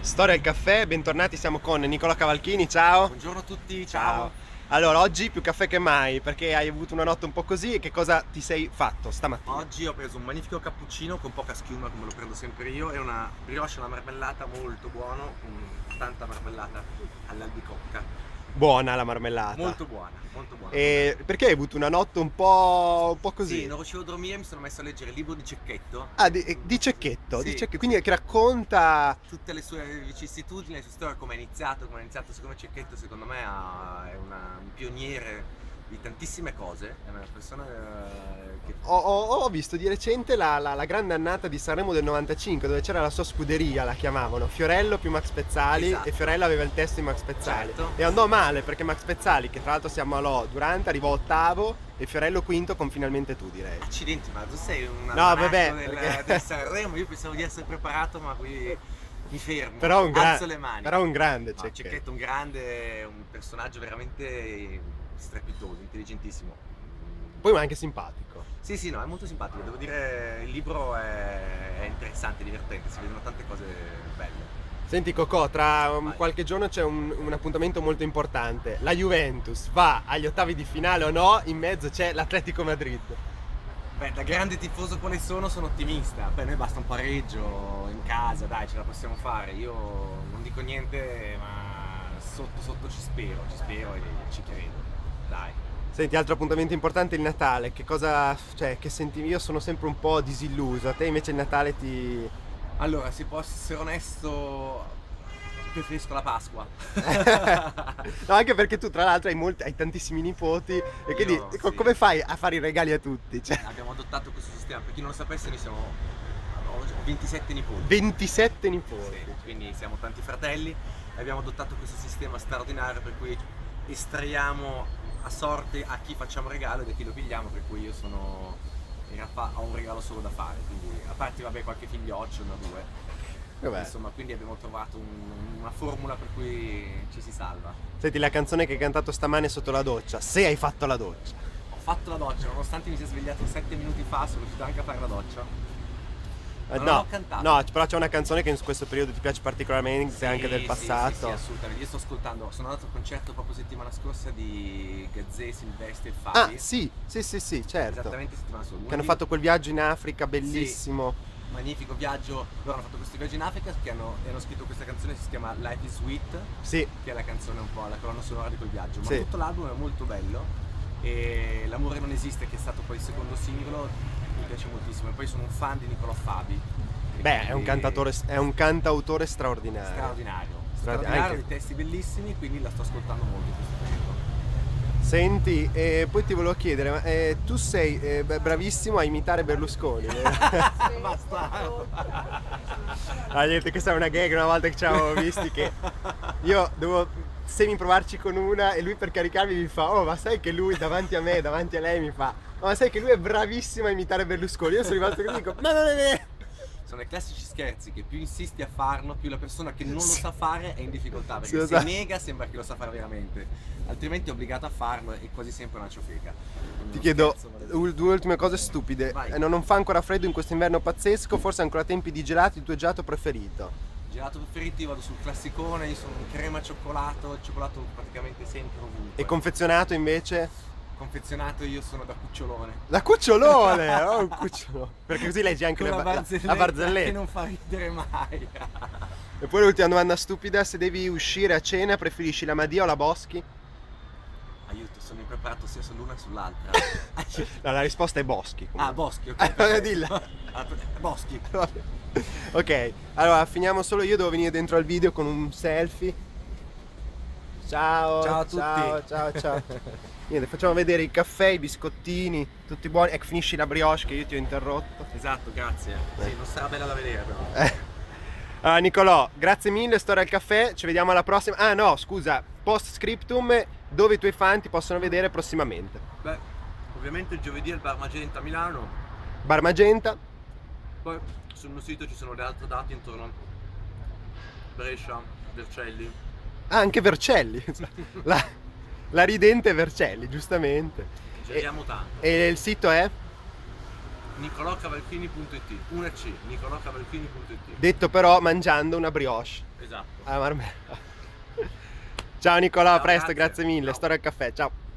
Storia al caffè, bentornati, siamo con Nicola Cavalchini, ciao. Buongiorno a tutti, Ciao. ciao. Allora, oggi più caffè che mai, perché hai avuto una notte un po' così e che cosa ti sei fatto stamattina? Oggi ho preso un magnifico cappuccino con poca schiuma come lo prendo sempre io e una brioche alla marmellata molto buono, con tanta marmellata all'albicocca. Buona la marmellata. Molto buona, molto buona. E perché hai avuto una notte un po', un po' così? Sì, non riuscivo a dormire, mi sono messo a leggere il libro di Cecchetto. Ah, di, di cecchetto, di Sì. cecchetto, quindi che racconta... Tutte le sue vicissitudini, la sua storia, come è iniziato, come è iniziato, siccome Cecchetto secondo me ha- è una- un pioniere di tantissime cose, è una persona eh, che Ho, ho- ho visto di recente la, la- la grande annata di Sanremo del 95, dove c'era la sua scuderia, la chiamavano, Fiorello più Max Pezzali, Esatto. e Fiorello aveva il testo di Max Pezzali. Certo. E andò male perché Max Pezzali, che tra l'altro si ammalò durante, arrivò ottavo e Fiorello quinto con finalmente tu direi. Accidenti, ma tu sei un No, almanacco vabbè, del, perché- del Sanremo, io pensavo di essere preparato, ma qui mi fermo. Però un gra- Alzo le mani. Era un grande No, Cecchetto. Cecchetto, un grande, un personaggio veramente strepitoso, intelligentissimo. Poi ma anche simpatico. Sì, sì, no, è molto simpatico. Devo dire, il libro è, è interessante, divertente, si vedono tante cose belle. Senti Cocò, tra um, Vai. qualche giorno c'è un, un appuntamento molto importante. La Juventus va agli ottavi di finale o no? In mezzo c'è l'Atletico Madrid. Beh, da grande tifoso quale sono, sono ottimista. Beh, noi basta un pareggio in casa, dai, ce la possiamo fare. Io non dico niente, ma sotto sotto ci spero, ci spero e ci credo. Dai. Senti, altro appuntamento importante è il Natale. Che cosa... cioè, che senti... Io sono sempre un po' disilluso. A te invece il Natale ti... Allora, se posso essere onesto, preferisco la Pasqua. No, anche perché tu tra l'altro hai, molti- hai tantissimi nipoti e quindi Io, co- sì. come fai a fare i regali a tutti? Cioè, Abbiamo adottato questo sistema, per chi non lo sapesse noi siamo ho 27 nipoti. 27 nipoti. Sì, quindi siamo tanti fratelli e abbiamo adottato questo sistema straordinario per cui estraiamo a sorte a chi facciamo regalo ed a chi lo pigliamo, per cui io sono in realtà ho un regalo solo da fare, quindi a parte vabbè qualche figlioccio, uno o due. Vabbè. Insomma, quindi abbiamo trovato un- una formula per cui ci si salva. Senti, la canzone che hai cantato stamane sotto la doccia. Se hai fatto la doccia. Ho fatto la doccia, nonostante mi sia svegliato 7 minuti fa, sono riuscito anche a fare la doccia. Eh, Non no, l'ho cantata. no, c- però c'è una canzone che in questo periodo ti piace particolarmente, Sì, anche del sì, passato. Sì, sì, assolutamente. Io sto ascoltando, sono andato al concerto proprio settimana scorsa di Gazzè, Silvestri e ah, Fabi. sì, sì, sì, sì, certo. Esattamente settimana scorsa. Che hanno fatto quel viaggio in Africa bellissimo. un magnifico viaggio. Loro hanno fatto questo viaggio in Africa che hanno, e hanno scritto questa canzone che si chiama Life is Sweet, Sì, che è la canzone un po' la colonna sonora di quel viaggio. Ma Sì. tutto l'album è molto bello. E L'amore non esiste, che è stato poi il secondo singolo, mi piace moltissimo. E poi sono un fan di Nicolò Fabi. E beh, è un quindi- cantatore, è un cantautore straordinario. straordinario. Straordinario, Straordinario, anche- dei testi bellissimi, quindi la sto ascoltando molto in questo periodo. Senti, eh, poi ti volevo chiedere, ma, eh, tu sei eh, beh, bravissimo a imitare Berlusconi. eh? vero? Bastardo. ah, niente, questa è una gag una volta che ci avevamo visti che io devo semi provarci con una e lui per caricarmi mi fa, oh ma sai che lui davanti a me, davanti a lei mi fa, "Oh, ma sai che lui è bravissimo a imitare Berlusconi. Io sono rimasto così, dico, ma non è vero. Sono i classici scherzi che più insisti a farlo, più la persona che non lo Sì. sa fare è in difficoltà, Sì, esatto. perché lo se sa. nega sembra che lo sa fare veramente, altrimenti è obbligato a farlo e quasi sempre è una ciofeca. Quindi Ti uno chiedo scherzo, vale- ul- due ultime cose stupide. Vai. Eh, no, non fa ancora freddo in questo inverno pazzesco, forse ancora tempi di gelati, il tuo gelato preferito. Gelato preferito, io vado sul classicone, io sono un crema cioccolato, il cioccolato praticamente sempre ovunque. E confezionato invece Confezionato io sono da cucciolone. da cucciolone, oh, un cucciolone. Perché così leggi anche Con le la ba- la- barzelletta, la barzelletta. che non fa ridere mai. E poi l'ultima domanda stupida, se devi uscire a cena preferisci la Madia o la Boschi? Aiuto, sono impreparato sia sull'una che sull'altra. Aiuto. No, la risposta è Boschi. Ah, comunque. Boschi, ok. Ah, perfetto. dilla. Ah, Boschi. ok, allora finiamo solo, io devo venire dentro al video con un selfie. Ciao, Ciao a tutti. Ciao, ciao, ciao. Niente, facciamo vedere il caffè, i biscottini, tutti buoni. Ecco, finisci la brioche che io ti ho interrotto. Esatto, grazie. Sì, non sarà bella da vedere però. Allora, Eh. Ah, Nicolò, grazie mille, storia al caffè, ci vediamo alla prossima. Ah no, scusa, post scriptum, dove i tuoi fan ti possono vedere prossimamente. Beh, ovviamente il giovedì al Bar Magenta a Milano, Bar Magenta, poi sul mio sito ci sono le altre date intorno a Brescia, Vercelli. Ah, anche Vercelli. La, la ridente Vercelli, giustamente. Giriamo tanto. E il sito è, nicolocavalchini.it, una C, nicolocavalchini.it. detto però, mangiando una brioche. Ah, Esatto. esatto. a Marmella. Ciao Nicola, a Ciao, presto, grazie. grazie mille. Ciao. Storia al caffè, ciao.